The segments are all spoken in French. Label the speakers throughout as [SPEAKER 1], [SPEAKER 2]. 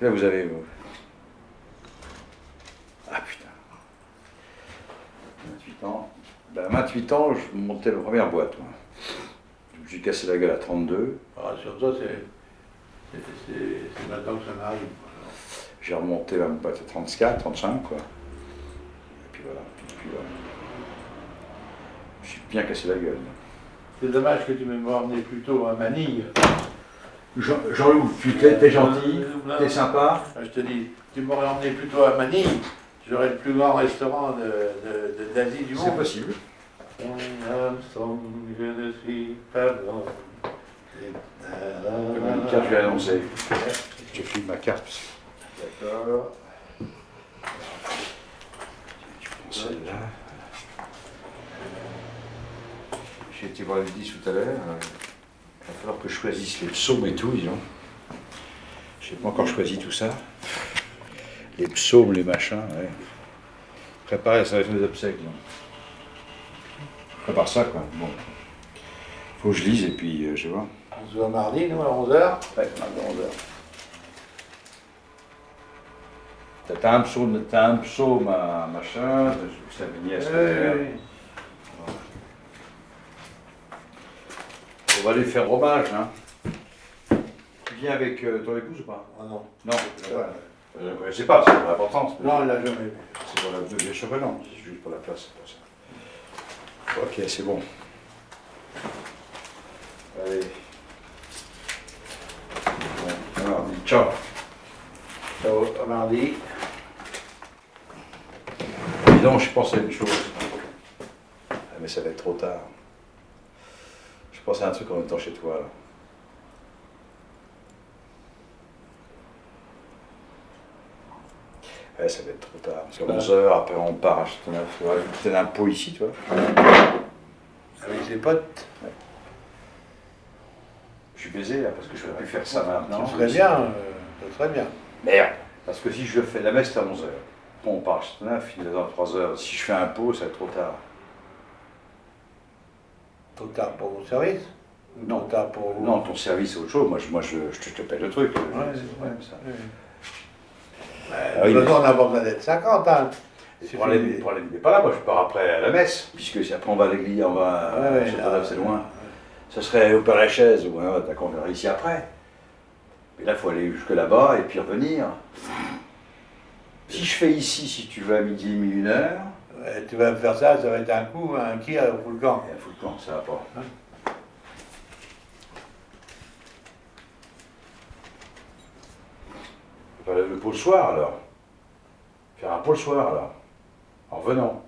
[SPEAKER 1] Là, vous avez. vous. Ah putain. 28 ans. Ben, à 28 ans, je montais la première boîte. moi. Je me suis cassé la gueule à 32.
[SPEAKER 2] Ah, sur toi, c'est c'est- c'est- c'est maintenant que ça m'arrive. quoi. Alors,
[SPEAKER 1] J'ai remonté ma boîte à 34, 35, quoi. Et puis voilà. Et puis voilà. Je me suis bien cassé la gueule.
[SPEAKER 2] C'est dommage que tu m'aies emmené plutôt à Manille.
[SPEAKER 1] Jean- Jean-Loup, tu t'es t'es gentil,
[SPEAKER 2] Non.
[SPEAKER 1] t'es sympa.
[SPEAKER 2] euh, Ah, Je te dis, tu m'aurais emmené plutôt à Manille. J'aurais le plus grand restaurant de- de- de- d'Asie du
[SPEAKER 1] C'est
[SPEAKER 2] monde.
[SPEAKER 1] possible.
[SPEAKER 2] Mon âme semble, je ne suis pas bon. Et-
[SPEAKER 1] Une carte, je vais annoncer. Je filme ma carte. parce que
[SPEAKER 2] D'accord.
[SPEAKER 1] Je prends celle-là. J'ai été voir les 10 tout à l'heure. euh, Il va falloir que je choisisse les psaumes et tout, disons. Je n'ai pas encore choisi tout ça. Les psaumes, les machins, ouais. Préparez, ça va être mes obsèques, disons. Prépare ça, quoi. Bon. Faut que je lise et puis euh, je vois.
[SPEAKER 2] On se voit mardi, nous, à 11h.
[SPEAKER 1] Ouais, T'as un psaume, t'as un psaume, un machin, je- ça me niaise.
[SPEAKER 2] Euh,
[SPEAKER 1] On va lui faire hommage, hein. Tu viens avec euh, ton épouse ou pas
[SPEAKER 2] Ah non.
[SPEAKER 1] Non, je ne connaissais pas, c'est pas l'importance.
[SPEAKER 2] Non, elle l'a jamais vu.
[SPEAKER 1] C'est pour la bien sûr que non, c'est juste pour la place, c'est pour ça. Ok, c'est bon. Allez. Bon, alors, dis ciao. Oh,
[SPEAKER 2] Ciao, à mardi.
[SPEAKER 1] Dis donc, je pense à une chose. Ah, mais ça va être trop tard. Je pense à un truc en étant chez toi, là. Ouais, ça va être trop tard. C'est 11h, après on part acheter un impôt, rajouter un impôt ici, tu vois.
[SPEAKER 2] Avec ses potes.
[SPEAKER 1] Je suis baisé, là, parce que je ne peux plus faire ça maintenant.
[SPEAKER 2] Ce serait bien. euh, Ce serait bien.
[SPEAKER 1] Merde Parce que si je fais la messe, c'est à 11h. Bon, on part à 9, il est dans 3h. Si je fais un pot, ça va être trop tard.
[SPEAKER 2] Trop tard pour mon service Ou
[SPEAKER 1] Non.
[SPEAKER 2] Trop tard pour.
[SPEAKER 1] Non, ton service, c'est autre chose. Moi, je, moi, je, je te- je te paye le truc.
[SPEAKER 2] Ouais, ouais,
[SPEAKER 1] C'est vrai, ça.
[SPEAKER 2] ouais.
[SPEAKER 1] Ah
[SPEAKER 2] Ouais,
[SPEAKER 1] oui,
[SPEAKER 2] De Eh, toute
[SPEAKER 1] mais-
[SPEAKER 2] façon, on n'a pas besoin d'être 50. Hein.
[SPEAKER 1] Le
[SPEAKER 2] Suffit-
[SPEAKER 1] problème, le problème n'est pas là, moi je pars après à la messe, puisque si après on va à l'église, on va
[SPEAKER 2] Ouais, ouais,
[SPEAKER 1] je sais
[SPEAKER 2] là,
[SPEAKER 1] pas, là, c'est loin.
[SPEAKER 2] ouais.
[SPEAKER 1] Ce serait au Père Lachaise ou hein, t'as qu'on verra ici après. Mais là, il faut aller jusque là-bas et puis revenir. Si je fais ici, si tu veux, à midi et demi, une heure,
[SPEAKER 2] Ouais, tu vas me faire ça, ça va être un coup, un tir au full camp.
[SPEAKER 1] il faut le camp, ça va pas. Hein Faire le- le pot le soir alors. Faire un pot le soir alors. En venant.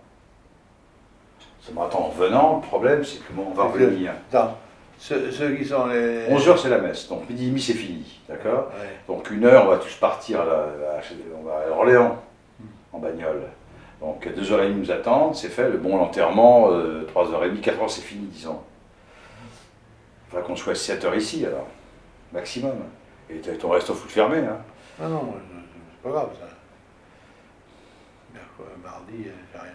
[SPEAKER 1] Ça me attend en venant, le problème c'est que comment on va
[SPEAKER 2] Parce que-
[SPEAKER 1] revenir.
[SPEAKER 2] Attends, ceux, ceux qui sont les.
[SPEAKER 1] 11h c'est la messe, donc midi et demi c'est fini, d'accord
[SPEAKER 2] Ouais.
[SPEAKER 1] Donc une heure on va tous partir, à la- à- on va à Orléans, en bagnole. Donc 2h30 nous attendent, c'est fait, le bon l'enterrement, euh, 3h30, 4h c'est fini disons. Il faudra qu'on soit 7h ici alors, maximum. Et t'as- ton resto fout fermé, hein
[SPEAKER 2] Non, non, je- je- c'est pas grave ça. Mercredi, Mardi, euh, j'ai rien.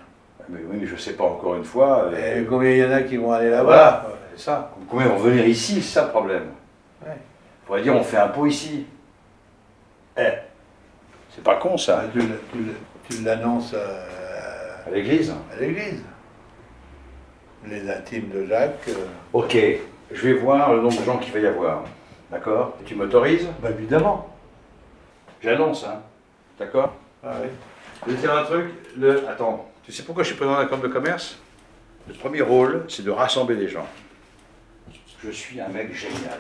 [SPEAKER 1] Mais oui, mais je sais pas encore une fois. euh,
[SPEAKER 2] Et Eh, combien il y en a qui vont aller là-bas
[SPEAKER 1] Voilà,
[SPEAKER 2] quoi
[SPEAKER 1] c'est ça. Combien vont venir ici, c'est ça le problème.
[SPEAKER 2] Eh. Ouais.
[SPEAKER 1] On pourrait dire on fait un pot ici. Eh, c'est pas con ça.
[SPEAKER 2] Ah, Tu, le- tu le- tu l'annonces euh,
[SPEAKER 1] À l'église.
[SPEAKER 2] à l'église. Les intimes de Jacques. euh,
[SPEAKER 1] Ok, je vais voir le nombre de gens qu'il va y avoir. D'accord Tu m'autorises
[SPEAKER 2] Bah évidemment.
[SPEAKER 1] J'annonce, hein. D'accord
[SPEAKER 2] Ah oui.
[SPEAKER 1] Je vais te dire un truc. Le... Attends, tu sais pourquoi je suis président de la Chambre de commerce Le premier rôle, c'est de rassembler les gens. Je suis un mec génial.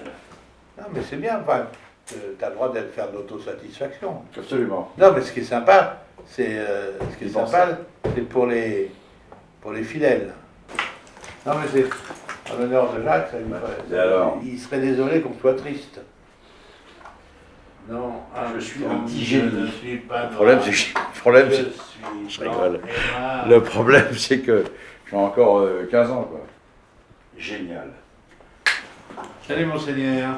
[SPEAKER 2] Non mais c'est bien, enfin, euh, t'as le droit d'aller faire de l'autosatisfaction.
[SPEAKER 1] Absolument.
[SPEAKER 2] Non mais ce qui est sympa, c'est euh, ce qui est
[SPEAKER 1] Ils pensent
[SPEAKER 2] sympa, c'est pour les pour les fidèles. Non mais c'est en l'honneur de Jacques, ça lui ferait-
[SPEAKER 1] et alors
[SPEAKER 2] il serait désolé qu'on soit triste. Non,
[SPEAKER 1] Je suis antigénie.
[SPEAKER 2] je ne suis pas
[SPEAKER 1] Le problème, c'est
[SPEAKER 2] noir.
[SPEAKER 1] que- le problème, c'est-
[SPEAKER 2] suis
[SPEAKER 1] Je rigole.
[SPEAKER 2] blanc et noir.
[SPEAKER 1] Le problème, c'est que j'ai encore euh, 15 ans, quoi. Génial.
[SPEAKER 2] Salut monseigneur.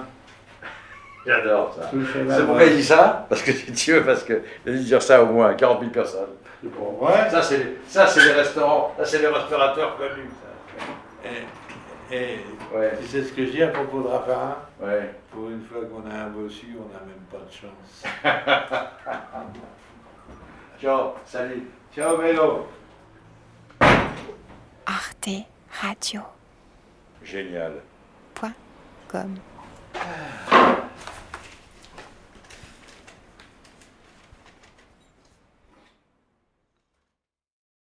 [SPEAKER 1] J'adore ça.
[SPEAKER 2] Touchez ma
[SPEAKER 1] C'est
[SPEAKER 2] main.
[SPEAKER 1] pourquoi il dit ça Parce que si tu veux, parce que il dit dire ça au moins à 40 000 personnes.
[SPEAKER 2] Ouais.
[SPEAKER 1] Ça, c'est les, ça, c'est les restaurants, ça, c'est les restaurateurs connus. ça.
[SPEAKER 2] Et- Eh,
[SPEAKER 1] Ouais,
[SPEAKER 2] tu sais ce que je dis à propos de Raffarin
[SPEAKER 1] ouais.
[SPEAKER 2] Pour une fois qu'on a un bossu, on n'a même pas de chance.
[SPEAKER 1] Ciao, salut.
[SPEAKER 2] Ciao Vélo
[SPEAKER 3] Arte Radio.
[SPEAKER 1] Génial.
[SPEAKER 3] Comme.